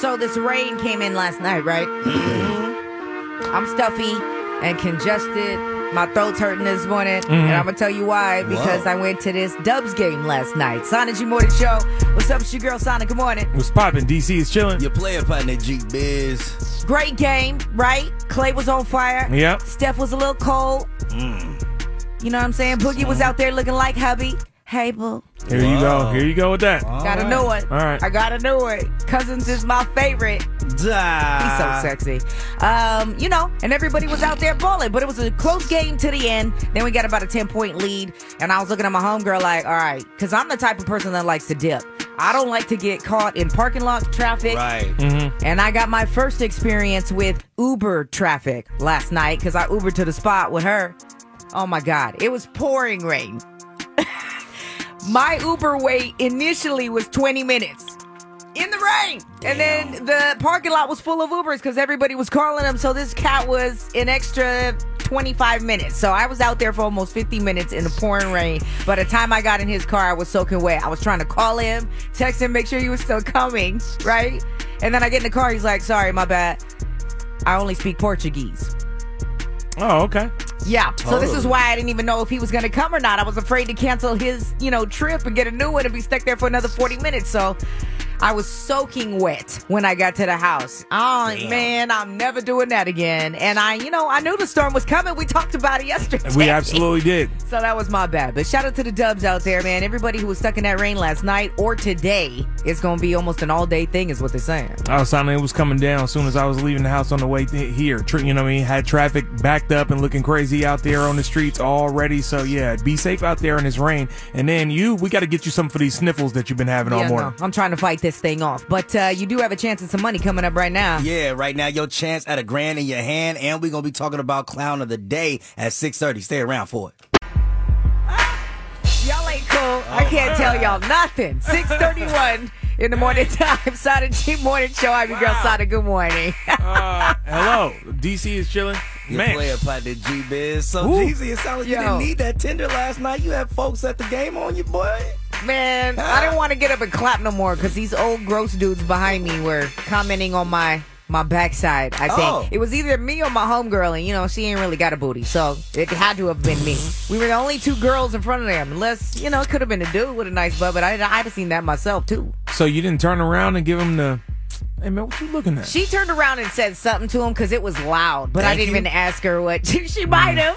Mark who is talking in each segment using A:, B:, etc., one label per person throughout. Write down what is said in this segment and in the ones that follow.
A: So this rain came in last night, right? I'm stuffy and congested. My throat's hurting this morning, and I'm gonna tell you why. Because I went to this Dubs game last night. Sonic G Morning Show. What's up, it's your girl Sonic? Good morning.
B: What's poppin'? DC is chilling.
C: Your player partner, G Biz.
A: Great game, right? Clay was on fire.
B: Yep.
A: Steph was a little cold. You know what I'm saying? Boogie was out there looking like hubby. Hey, boo.
B: Here you go. Here you go with that.
A: Gotta know it.
B: All right.
A: I gotta know it. Cousins is my favorite. He's so sexy. Um, you know, and everybody was out there balling, but it was a close game to the end. Then we got about a 10 point lead, and I was looking at my homegirl like, all right, because I'm the type of person that likes to dip. I don't like to get caught in parking lot traffic.
C: Right.
A: And I got my first experience with Uber traffic last night because I Ubered to the spot with her. Oh my God, it was pouring rain. my Uber wait initially was 20 minutes in the rain. And then the parking lot was full of Ubers because everybody was calling them. So this cat was an extra 25 minutes. So I was out there for almost 50 minutes in the pouring rain. By the time I got in his car, I was soaking wet. I was trying to call him, text him, make sure he was still coming, right? And then I get in the car. He's like, sorry, my bad. I only speak Portuguese.
B: Oh, okay.
A: Yeah. So this is why I didn't even know if he was going to come or not. I was afraid to cancel his, you know, trip and get a new one and be stuck there for another 40 minutes. So I was soaking wet when I got to the house. Oh, man, I'm never doing that again. And I, you know, I knew the storm was coming. We talked about it yesterday.
B: We absolutely did.
A: So that was my bad. But shout out to the dubs out there, man. Everybody who was stuck in that rain last night or today, it's going to be almost an all day thing, is what they're saying.
B: Oh, Sonic, it was coming down as soon as I was leaving the house on the way th- here. Tr- You know what I mean? Had traffic backed up and looking crazy out there on the streets already. So, yeah, be safe out there in this rain. And then you, we got to get you some for these sniffles that you've been having all
A: Yeah,
B: morning.
A: no, I'm trying to fight this thing off. But uh, you do have a chance at some money coming up right now.
C: Yeah, right now your chance at a grand in your hand, and we're gonna be talking about clown of the day at 6:30. Stay around for it.
A: Y'all ain't cool. I can't tell y'all nothing. 631 in the morning time. Sada G Morning Show. I'm your girl Sada. Good morning.
B: Uh, hello. DC is chilling.
C: Your
B: Man.
C: player partner, G Biz. So
B: Woo.
C: Jeezy, it sounds like you
A: Yo.
C: didn't need that tender last night. You had folks at the game on you, boy.
A: Man, I didn't want to get up and clap no more because these old gross dudes behind me were commenting on my my backside, I think.
C: Oh.
A: It was either me or my homegirl, and you know, she ain't really got a booty, so it had to have been me. We were the only two girls in front of them, unless, you know, it could have been a dude with a nice butt, but I, I'd have seen that myself, too.
B: So you didn't turn around and give him the. Hey man, what you looking at?
A: She turned around and said something to him because it was loud, but I
C: Thank
A: didn't
C: you.
A: even ask her what she, she might have.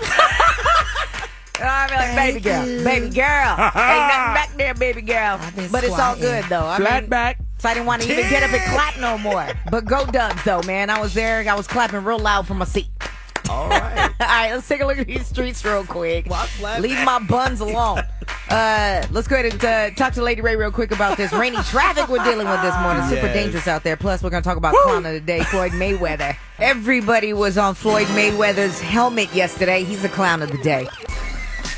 A: And I'd be like, baby girl, baby girl. Ain't nothing back there, baby girl.
C: been
A: But it's all
C: squatting.
A: good, though. I
B: Flat
A: mean,
B: back.
A: So I didn't want to even get up and clap no more. But go dubs, though, man. I was there. I was clapping real loud from my seat.
C: All right.
A: All right, let's take a look at these streets real quick.
C: Why flat
A: Leave
C: back?
A: my buns alone. Uh, let's go ahead and uh, talk to Lady Ray real quick about this rainy traffic we're dealing with this morning. Super
C: Yes.
A: dangerous out there. Plus, we're going to talk about clown of the day, Floyd Mayweather. Everybody was on Floyd Mayweather's helmet yesterday. He's the clown of the day.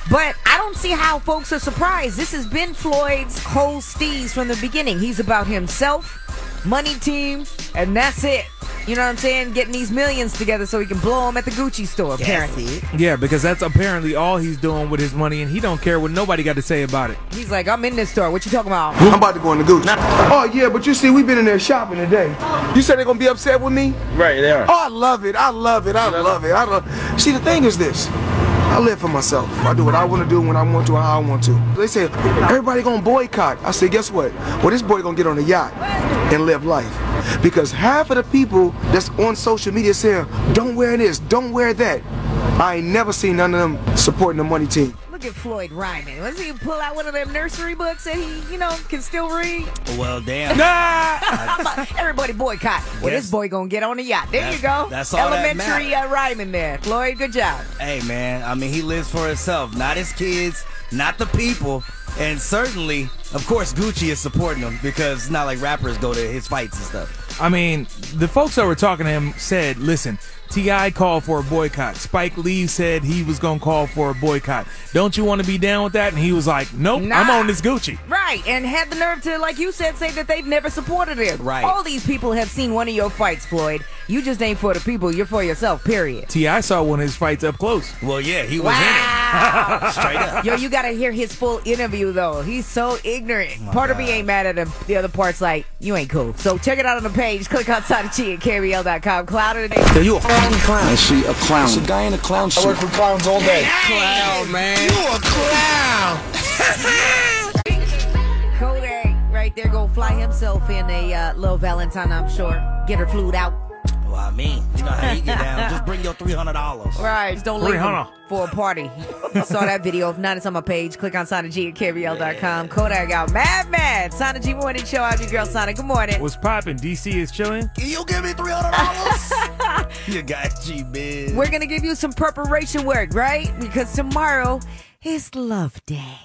A: But I don't see how folks are surprised. This has been Floyd's whole steez from the beginning. He's about himself, money team, and that's it. You know what I'm saying? Getting these millions together so he can blow them at the Gucci store, apparently.
B: Yeah, because that's apparently all he's doing with his money, and he don't care what nobody got to say about it.
A: He's like, I'm in this store. What you talking about?
D: I'm about to go in the Gucci. Oh yeah, but you see, we've been in there shopping today. You said they're gonna be upset with me?
E: Right, they are.
D: Oh, I love it. I love it. I love it. I love. See, the thing is this. I live for myself. I do what I want to do when I want to, and how I want to. They said everybody gonna boycott. I said, guess what? Well, this boy gonna get on a yacht and live life. Because half of the people that's on social media saying, don't wear this, don't wear that. I ain't never seen none of them supporting the money team.
A: Look at Floyd Ryman. Let's see, pull out one of them nursery books that he, you know, can still read.
C: Well, damn.
A: Everybody boycott. Well,
C: Yes.
A: this boy gonna get on the yacht. There
C: That's-
A: you go.
C: that's all that
A: Elementary uh, Ryman there. Floyd, good job.
C: Hey, man. I mean, he lives for himself, not his kids, not the people. And certainly, of course, Gucci is supporting him because it's not like rappers go to his fights and stuff.
B: I mean, the folks that were talking to him said, listen, T.I. called for a boycott. Spike Lee said he was going to call for a boycott. Don't you want to be down with that? And he was like, nope, I'm
A: Nah.
B: on this Gucci.
A: Right, and had the nerve to, like you said, say that they've never supported it.
C: Right.
A: All these people have seen one of your fights, Floyd. You just ain't for the people, you're for yourself, period.
B: T.I. saw one of his fights up close.
C: Well, yeah, he was
A: Wow.
C: in it straight up.
A: Yo, you gotta hear his full interview though. He's so
C: Oh
A: ignorant. Part of me ain't mad at him. The other part's like, you ain't cool. So check it out on the page. Click outside of chi at KBL.com. Cloud of the day.
C: Yo, you a fucking clown.
E: Is she a clown? Is a guy in a clown suit?
D: with clowns all day.
C: Clown, man. You a clown.
A: Kodak right there go fly himself in a uh, little Valentine, I'm sure. Get her flued out.
C: Well, I mean, you know how you get down. Just bring your three hundred dollars.
A: Right. Just don't leave
B: Rihanna.
A: him for a party. Saw that video. If not, it's on my page. Click on Sana G at KBL.com. Kodak out. Mad Mad. Sana G Morning Show. I'm your girl, Sana. Good morning.
B: What's popping? D.C. is chilling.
C: Can you give me three hundred dollars? you got G, man.
A: We're going to give you some preparation work, right? Because tomorrow is Love Day.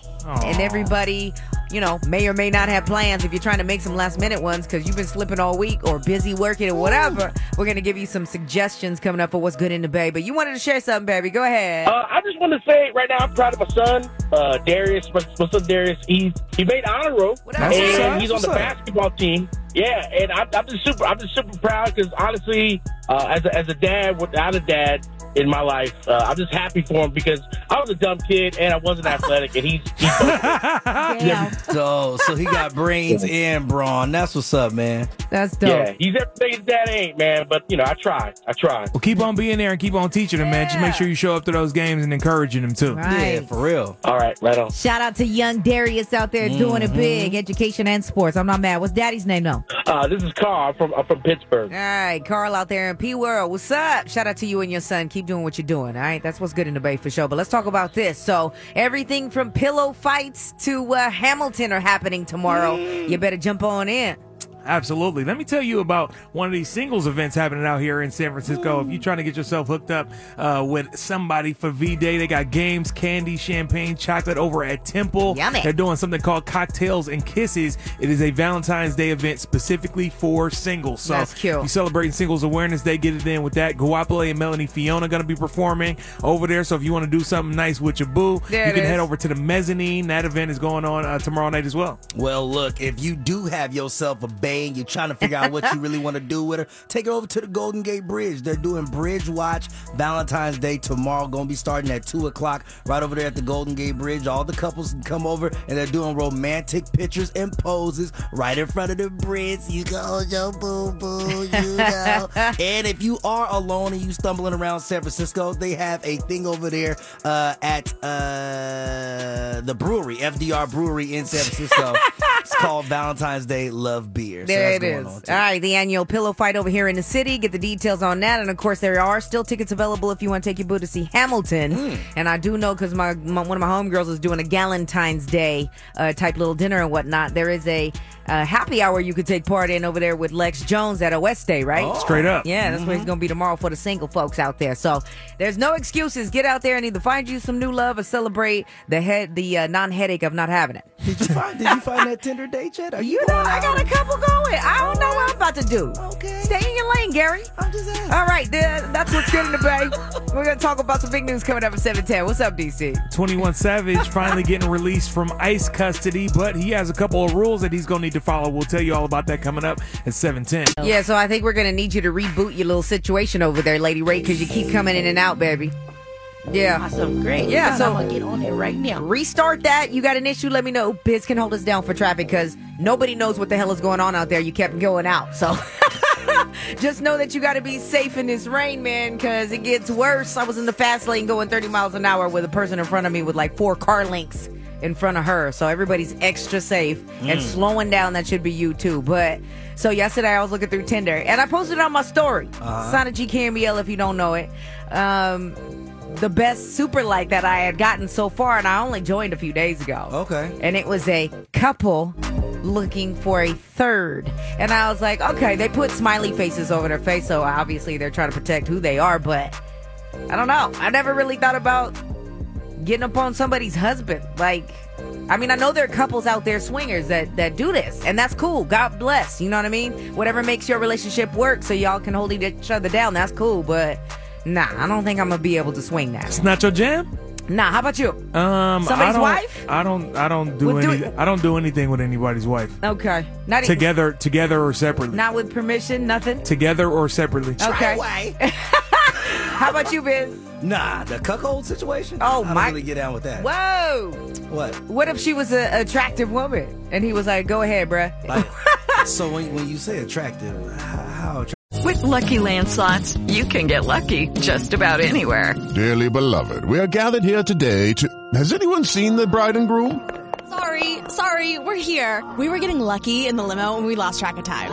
A: And everybody, you know, may or may not have plans if you're trying to make some last minute ones because you've been slipping all week or busy working or whatever. We're going to give you some suggestions coming up for what's good in the Bay. But you wanted to share something, baby. Go ahead.
F: Uh, I just want to say right now, I'm proud of my son, uh, Darius. What's what's up, Darius? He he made honor roll,
A: What up?
B: That's what's up.
F: and he's on the basketball team. Yeah, and I, I'm just super. I'm just super proud because honestly, uh, as a, as a dad without a dad in my life, uh, I'm just happy for him because I was a dumb kid and I wasn't athletic, and he's. he's
A: Damn.
C: So, so he got brains and brawn. That's what's up, man.
A: That's dope.
F: yeah, he's everything his dad ain't, man. But you know, I tried. I tried.
B: Well, keep on being there and keep on teaching them, man. Just make
A: Yeah.
B: sure you show up to those games and encouraging them, too.
A: Right.
C: Yeah, for real.
F: All right, right on.
A: Shout out to young Darius out there doing
C: Mm-hmm.
A: it big, education and sports. I'm not mad. What's daddy's name though?
F: Uh, this is Carl. I'm from I'm from Pittsburgh.
A: All right, Carl out there in P World. What's up? Shout out to you and your son. Keep doing what you're doing. All right, that's what's good in the Bay for sure. But let's talk about this. So everything from pillow fights to uh, Hamilton are happening tomorrow. You better jump on in.
B: Absolutely. Let me tell you about one of these singles events happening out here in San Francisco. If you're trying to get yourself hooked up uh, with somebody for V Day, they got games, candy, champagne, chocolate over at Temple.
A: Yummy.
B: They're doing something called Cocktails and Kisses. It is a Valentine's Day event specifically for singles. So
A: That's cute.
B: you celebrating Singles Awareness Day, get it in with that. Guapole and Melanie Fiona going to be performing over there. So if you want to do something nice with your boo,
A: There
B: you
A: it
B: can
A: is.
B: head over to the mezzanine. That event is going on uh, tomorrow night as well.
C: Well, look, if you do have yourself a bay and you're trying to figure out what you really want to do with her, take her over to the Golden Gate Bridge. They're doing Bridge Watch Valentine's Day tomorrow. Going to be starting at 2 o'clock right over there at the Golden Gate Bridge. All the couples can come over and they're doing romantic pictures and poses right in front of the bridge. You go, hold your boo boo, you know. and if you are alone and you stumbling around San Francisco, they have a thing over there uh, at uh, the brewery, FDR Brewery in San Francisco. it's called Valentine's Day Love Beer. So
A: There
C: that's
A: it
C: going
A: is.
C: on,
A: All
C: too.
A: right, the annual pillow fight over here in the city. Get the details on that. And of course, there are still tickets available if you want to take your boo to see Hamilton.
C: Hmm.
A: And I do know because my, my one of my homegirls is doing a Galentine's Day uh, type little dinner and whatnot. There is a uh, happy hour you could take part in over there with Lex Jones at West Day, right?
C: Oh.
B: Straight up.
A: Yeah, that's where
C: Mm-hmm.
A: he's going to be tomorrow for the single folks out there. So there's no excuses. Get out there and either find you some new love or celebrate the head, the uh, non headache of not having it.
C: Did you find Did you find that Tinder date yet? Are
A: You know,
C: going
A: I
C: out?
A: got a couple going. I don't know what I'm about to do.
C: Okay.
A: Stay in your lane, Gary.
C: I'm just asking.
A: All right, then, that's what's good in the bay. We're going to talk about some big news coming up at 710. What's up, DC?
B: 21 Savage finally getting released from ICE custody, but he has a couple of rules that he's going to need to follow. We'll tell you all about that coming up at 710.
A: Yeah, so I think we're going to need you to reboot your little situation over there, Lady Ray, because you keep coming in and out, baby. Yeah.
G: Awesome, great.
A: Yeah,
G: I'm
A: so-
G: gonna get on it right now.
A: Restart that. You got an issue? Let me know. Biz can hold us down for traffic because nobody knows what the hell is going on out there. You kept going out. So just know that you got to be safe in this rain, man, because it gets worse. I was in the fast lane going 30 miles an hour with a person in front of me with like four car links in front of her. So everybody's extra safe and slowing down. That should be you too. But so yesterday I was looking through Tinder and I posted it on my story. uh Sana G. Cambiel, if you don't know it. Um, the best super like that I had gotten so far, and I only joined a few days ago.
C: Okay.
A: And it was a couple looking for a third. And I was like, okay, they put smiley faces over their face, so obviously they're trying to protect who they are, but I don't know. I never really thought about getting up on somebody's husband. Like, I mean, I know there are couples out there, swingers, that, that do this, and that's cool. God bless. You know what I mean? Whatever makes your relationship work so y'all can hold each other down, that's cool. But nah, I don't think I'm going to be able to swing that.
B: It's not your jam.
A: Nah, how about you?
B: Um, I
A: Somebody's
B: don't,
A: wife?
B: I don't. I don't do
A: Would do
B: any.
A: it-
B: I don't do anything with anybody's wife.
A: Okay. Not e-
B: Together, together or separately.
A: Not with permission, nothing.
B: Together or separately.
A: Okay. how about you, Biz?
C: Nah, the cuckold situation.
A: Oh,
C: I don't
A: my-
C: really get down with that.
A: Whoa.
C: What?
A: What if she was an attractive woman and he was like, go ahead, bruh?
C: Like, so when, when you say attractive, h- how attractive?
H: With Lucky Land slots, you can get lucky just about anywhere.
I: Dearly beloved, we are gathered here today to. Has anyone seen the bride and groom?
J: Sorry, sorry, we're here. We were getting lucky in the limo and we lost track of time.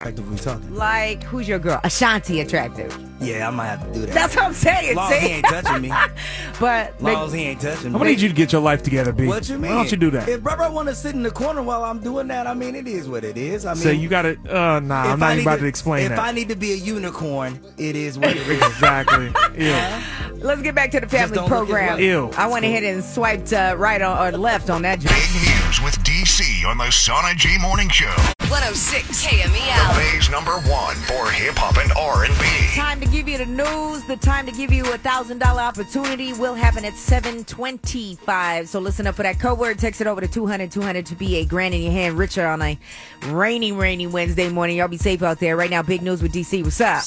C: Attractively talking.
A: Like, who's your girl? Ashanti attractive.
C: Yeah, I might have to do that.
A: That's what I'm saying.
C: Long he
A: see?
C: ain't touching me.
A: But they-
C: Long as he ain't touching
B: I'm
C: me.
B: gonna need you to get your life together, B.
C: What you mean?
B: Why don't you do that?
C: If brother want to sit in the corner while I'm doing that, I mean it is what it is. I mean,
B: Say you gotta. Uh, nah,
C: if
B: I'm
C: I
B: not even
C: need
B: about to, explain
C: If
B: that.
C: I need to be a unicorn, it is what it is.
B: exactly. Yeah.
A: let's get back to the family
C: don't look at
A: program.
C: what-
B: Ew.
A: I went ahead and swiped uh, right on, or left on that. joint.
G: Big news with DC on the Sana G Morning Show.
K: 106 KMEL.
G: Bay's number one for hip hop and R&B.
A: time to give you the news. The time to give you a thousand dollar opportunity will happen at seven twenty five. So listen up for that code word. Text it over to 200 200 to be a grand in your hand. Richard on a rainy, rainy Wednesday morning. Y'all be safe out there right now. Big news with DC. What's up?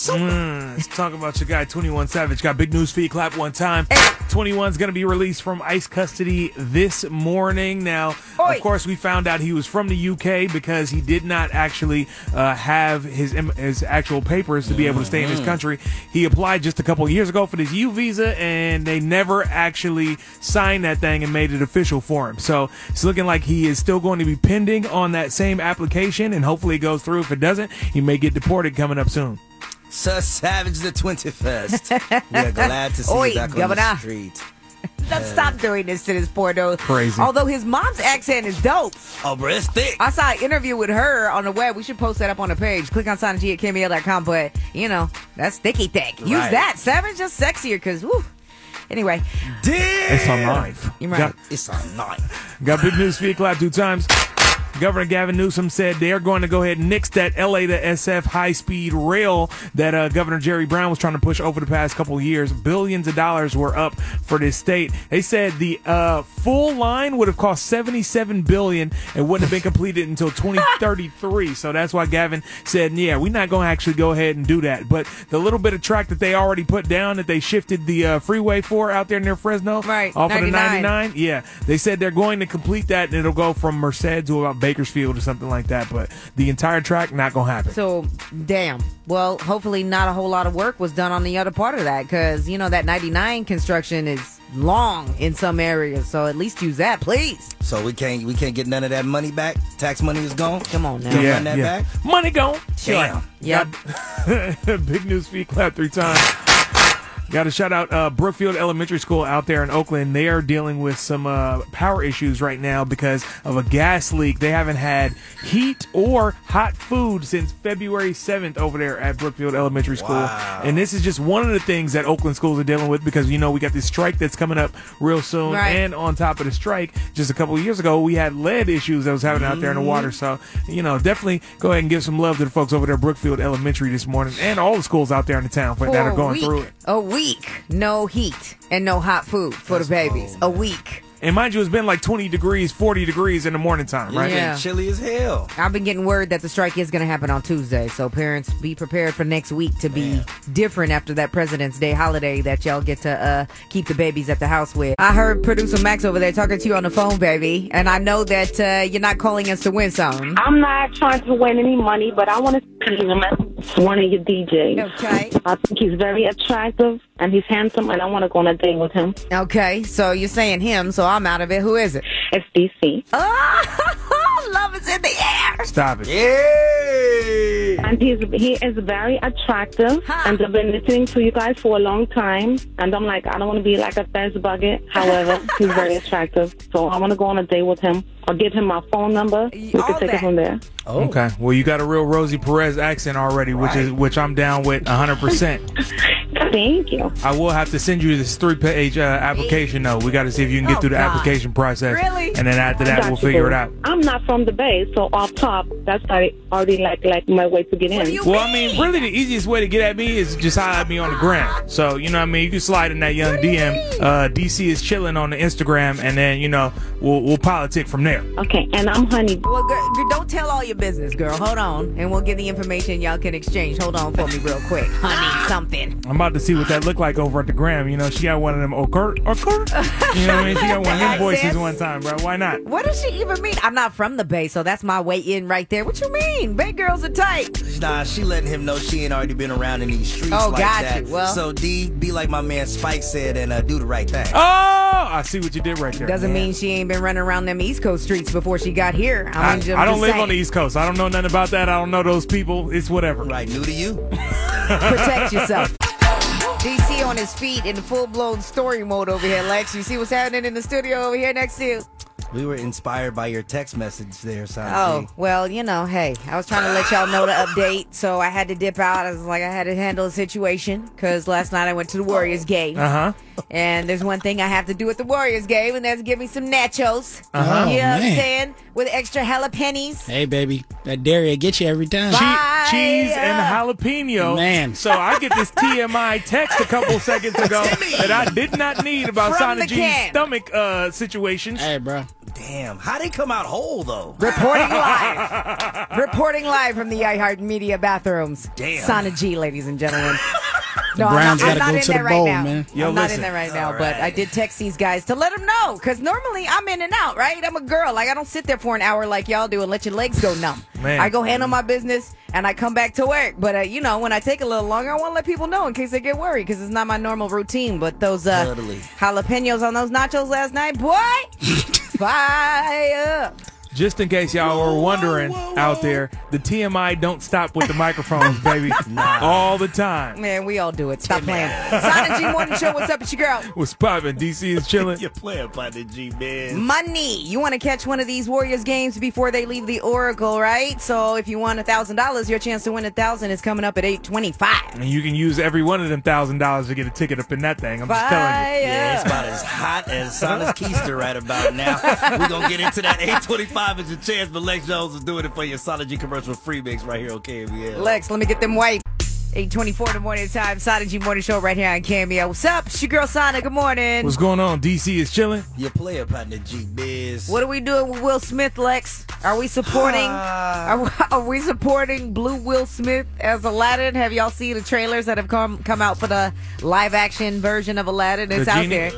B: Let's talk about your guy, 21 Savage. Got big news for you. Clap one time. 21's going to be released from ICE custody this morning. Now,
A: Oi.
B: of course, we found out he was from the UK because he did not actually uh, have his im- his actual papers to be able to stay in his country. He applied just a couple of years ago for this U visa, and they never actually signed that thing and made it official for him. So it's looking like he is still going to be pending on that same application, and hopefully it goes through. If it doesn't, he may get deported coming up soon.
C: Sir Savage the 21st. We are glad to see
A: Oi,
C: you back on
A: governor.
C: the street.
A: Let's stop doing this to this poor dude.
B: Crazy.
A: Although his mom's accent is dope.
C: Oh, bro, it's thick.
A: I saw an interview with her on the web. We should post that up on the page. Click on Sana G at KML.com. But, you know, that's thicky thick. Use
C: Right.
A: that. Savage is sexier because, woo. Anyway,
C: Damn.
B: It's on live.
A: You're right.
B: Got,
C: It's a night.
B: got big news for you. Clap two times. Governor Gavin Newsom said they are going to go ahead and nix that LA to SF high speed rail that uh, Governor Jerry Brown was trying to push over the past couple of years. Billions of dollars were up for this state. They said the uh, full line would have cost 77 billion and wouldn't have been completed until 2033. so that's why Gavin said, "Yeah, we're not going to actually go ahead and do that." But the little bit of track that they already put down that they shifted the uh, freeway for out there near Fresno,
A: Right,
B: off of the
A: 99.
B: 99. Yeah, they said they're going to complete that, and it'll go from Merced to about Bakersfield or something like that. But the entire track not gonna happen.
A: So, damn. Well, hopefully, not a whole lot of work was done on the other part of that because, you know, that 99 construction is long in some areas. So, at least use that, please.
C: So we can't we can't get none of that money back. Tax money is gone.
A: Come on now.
C: Can't run that back.
B: money gone.
C: Damn.
A: Yep.
B: Big news feed clap three times. Got to shout out uh, Brookfield Elementary School out there in Oakland. They are dealing with some uh, power issues right now because of a gas leak. They haven't had heat or hot food since February 7th over there at Brookfield Elementary School. And this is just one of the things that Oakland schools are dealing with because, you know, we got this strike that's coming up real soon.
A: Right.
B: And on top of the strike, just a couple of years ago, we had lead issues that was happening out there in
A: Mm-hmm.
B: the water. So, you know, definitely go ahead and give some love to the folks over there at Brookfield Elementary this morning and all the schools out there in the town for, that
A: For
B: are
A: a Oh,
B: going
A: week,
B: through it.
A: A week, no heat and no hot food for the babies. a week.
B: And mind you, it's been like 20 degrees, 40 degrees in the morning time, right?
A: Yeah.
C: And chilly as hell.
A: I've been getting word that the strike is going to happen on Tuesday. So, parents, be prepared for next week to be different after that President's Day holiday that y'all get to uh, keep the babies at the house with. I heard producer Max over there talking to you on the phone, baby. And I know that uh, you're not calling us to win something.
L: I'm not trying to win any money, but I want to send a message to one of your DJs.
A: Okay.
L: I think he's very attractive and he's handsome, and I want to go on a date with him.
A: Okay. So, you're saying him, so I'm out of it. Who is it?
L: It's DC.
A: Oh, love is in the air.
B: Stop it.
C: Yay.
L: And he's he is very attractive, and I've been listening to you guys for a long time. And I'm like, I don't want to be like a fez bucket. However, he's very attractive, so I want to go on a date with him or give him my phone number. We can take it from there.
B: Okay. Well, you got a real Rosie Perez accent already, which is which I'm down with 100. percent
L: Thank you.
B: I will have to send you this three page uh, application though. We got to see if you can get
L: Oh,
B: through the
L: God.
B: application process.
L: Really?
B: And then after that,
L: Got
B: we'll
L: you,
B: figure it
L: boo.
B: out.
L: I'm not from the Bay, so off top, that's already already like like my way to get in.
B: well, I mean, really, the easiest way to get at me is just holler at me on the gram. So you know, what I mean, you can slide in that young DM. Uh, DC is chilling on the Instagram, and then you know, we'll we'll politic from there.
L: Okay, and I'm honey.
A: Well, girl, girl, don't tell all your business, girl. Hold on, and we'll get the information y'all can exchange. Hold on for me, real quick, honey. Something.
B: I'm about to see what that looked like over at the gram. You know, she got one of them occur occur. You know what I mean? She got one of them voices
A: Accents.
B: one time, bro. Why not?
A: What does she even mean? I'm not from the Bay, so that's my way in right there. What you mean? Bay girls are tight.
C: Nah, she letting him know she ain't already been around in these streets
A: Oh,
C: like
A: got
C: that.
A: you. Well-
C: so D, be like my man Spike said, and uh, do the right thing.
B: Oh, I see what you did right there.
A: Doesn't mean she ain't been running around them East Coast streets before she got here.
B: I,
A: I, mean,
B: I don't live on the East Coast. I don't know nothing about that. I don't know those people. It's whatever.
C: Right, new to you.
A: Protect yourself. DC on his feet in full blown story mode over here, Lex. You see what's happening in the studio over here next to you?
C: We were inspired by your text message there, Sanji.
M: Mm.
A: Oh, well, you know, hey, I was trying to let y'all know the update, so I had to dip out. I was like, I had to handle the situation because last night I went to the Warriors game.
M: Uh-huh.
B: Uh huh.
A: And there's one thing I have to do at the Warriors game, and that's give me some nachos.
M: Uh-huh.
A: You know
M: Oh,
A: what I'm
M: man.
A: saying? With extra jalapenos.
M: Hey, baby, that dairy will get you every time.
A: Bye.
B: Cheese
A: uh,
B: and jalapeno.
M: Man.
B: So I get this TMI text a couple seconds ago that I did not need about
C: From
B: Sana
C: the
B: G's
C: can.
B: stomach uh, situations. Hey,
M: bro.
C: Damn, how they come out whole though?
A: Reporting live. Reporting live from the iHeart Media bathrooms.
C: Damn.
A: Sana G, ladies and gentlemen. No,
M: Browns
A: I'm
M: gotta
A: not,
M: go to
A: I'm not in
M: the
A: that right
M: bowl,
A: now.
M: man.
A: I'm
M: Yo,
A: not in
M: listen.
A: that right now,
M: All
A: but I did text these guys to let them know because normally I'm in and out, right? I'm a girl. Like, I don't sit there for an hour like y'all do and let your legs go numb.
M: Man.
A: I go handle my business and I come back to work. But, uh, you know, when I take a little longer, I want to let people know in case they get worried because it's not my normal routine. But those uh,
C: Totally.
A: jalapenos on those nachos last night, boy, fire.
B: Just in case y'all were wondering out there, the TMI don't stop with the microphones, baby. All the time.
A: Man, we all do it. Stop playing. Sana G Morning Show, what's up? It's your girl.
B: What's poppin'? DC is chilling.
C: You're playing Planet G, man.
A: Money. You want to catch one of these Warriors games before they leave the Oracle, right? So if you won a thousand dollars, your chance to win a thousand is coming up at eight twenty-five.
B: And you can use every one of them thousand dollars to get a ticket up in that thing. I'm just telling you.
A: Fire. Yeah,
C: it's about as hot as Sana's Keister right about now. We're going to get into that 825 is your chance, but Lex Jones is doing it for your Sana G commercial free mix right here on KBL.
A: Lex, let me get them white. Eight twenty-four in the morning time. Sana G Morning Show right here on Cameo. What's up? It's your girl Sana. Good morning.
B: What's going on? DC is chilling.
C: You play about the G Biz.
A: What are we doing with Will Smith, Lex? Are we supporting? are, we, are we supporting Blue Will Smith as Aladdin? Have y'all seen the trailers that have come come out for the live action version of Aladdin? It's
M: The
A: out
M: genie?
A: there.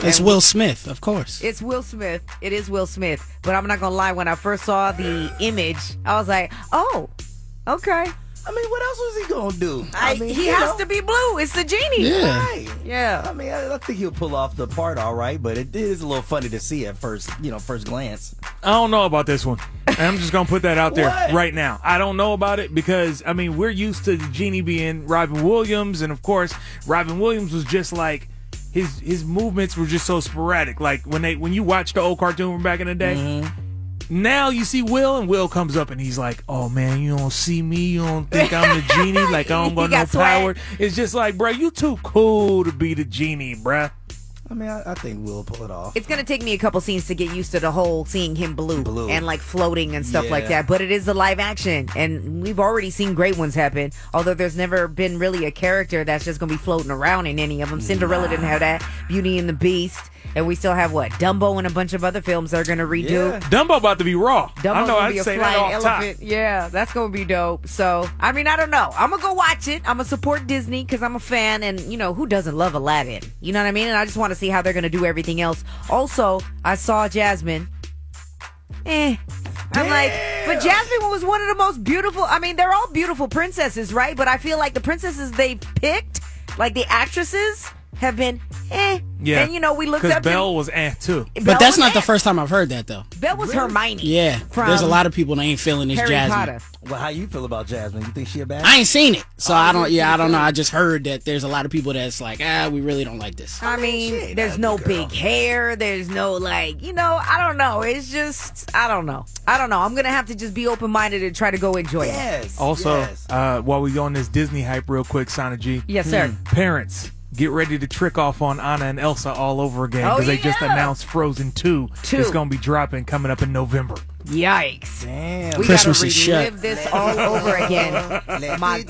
M: It's Will Smith, of course.
A: It's Will Smith. It is Will Smith. But I'm not gonna lie. When I first saw the image, I was like, "Oh, okay."
C: I mean, what else was he gonna do?
A: I,
C: mean,
A: he
C: you
A: has
C: know.
A: to be blue. It's the genie.
C: Right.
A: Yeah.
C: I mean, I, I think he'll pull off the part all right, but it is a little funny to see at first, you know, first glance.
B: I don't know about this one. And I'm just gonna put that out there
C: What?
B: right now. I don't know about it because I mean we're used to the genie being Robin Williams, and of course Robin Williams was just like his his movements were just so sporadic. Like when they when you watch the old cartoon from back in the day.
A: Mm-hmm.
B: Now you see Will, and Will comes up and he's like, "Oh man, you don't see me. You don't think I'm the genie? Like I don't got
C: He
B: no
C: got swag.
B: power." It's just like, bruh, you too cool to be the genie, bruh.
C: I mean, I, I think we'll pull it off.
A: It's gonna take me a couple scenes to get used to the whole seeing him blue, and like floating and stuff like
C: Yeah.
A: that. But it is a live action, and we've already seen great ones happen. Although there's never been really a character that's just gonna be floating around in any of them. Cinderella didn't have that. Beauty and the Beast, and we still have what Dumbo and a bunch of other films they're gonna redo.
B: Dumbo about to be raw. I
A: Dumbo's
B: know
A: gonna
B: I'd
A: be a
B: say that off
A: flying
B: top.
A: elephant. Yeah, that's gonna be dope. So, I mean, I don't know. I'm gonna go watch it. I'm gonna support Disney because I'm a fan, and you know who doesn't love Aladdin? You know what I mean? And I just want to see how they're gonna do everything else. Also, I saw Jasmine. Eh. I'm like, but Jasmine was one of the most beautiful. I mean, they're all beautiful princesses, right? But I feel like the princesses they picked, like the actresses, have been eh.
B: Yeah.
A: And you know, we looked
B: Because
A: up to-
B: Belle was eh too.
M: But that's not the first time I've heard that though.
A: Belle was Hermione.
M: Yeah,
A: From
M: there's a lot of people that ain't feeling this
A: Harry
M: Jasmine.
A: Potter.
C: Well, how you feel about Jasmine? You think she a bad?
M: I ain't seen it, so I don't. Yeah, I don't know. I just heard that there's a lot of people that's like, ah, we really don't like this.
A: I mean, uh, there's no big hair. There's no like, you know, I don't know. It's just, I don't know. I don't know. I'm gonna have to just be open minded and try to go enjoy it.
B: Also, uh, while we go on this Disney hype real quick, Sana G.
A: Yes, sir.
B: Hmm. Parents, get ready to trick off on Anna and Elsa all over again
A: Oh,
B: because they just
A: yeah.
B: announced Frozen 2.
A: Two.
B: It's going to be dropping coming up in November.
A: Yikes! Damn. We
B: Christmas
A: gotta
B: is shut.
A: relive this all over again. My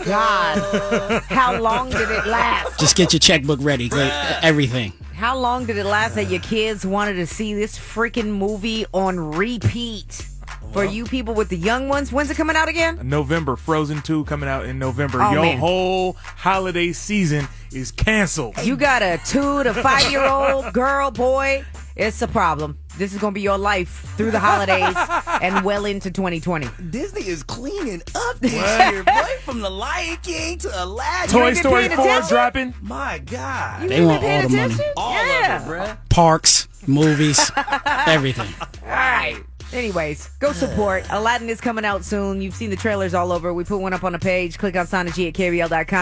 A: God, how long did it last?
M: Just get your checkbook ready. Great, everything.
A: How long did it last that your kids wanted to see this freaking movie on repeat? For you people with the young ones, when's it coming out again?
B: November, Frozen 2 coming out in November.
A: Oh,
B: Your
A: man.
B: whole holiday season is canceled.
A: You got a two to five year old girl, boy. It's a problem. This is going to be your life through the holidays and well into 2020.
C: Disney is cleaning up this year, boy. From the Lion King to Aladdin,
B: Toy Story 4 dropping.
C: My God,
M: They want all the money.
C: All of it, bruh.
M: Parks, movies, everything.
A: All right. Anyways, go support. Aladdin is coming out soon. You've seen the trailers all over. We put one up on the page. Click on G at E KBL.com.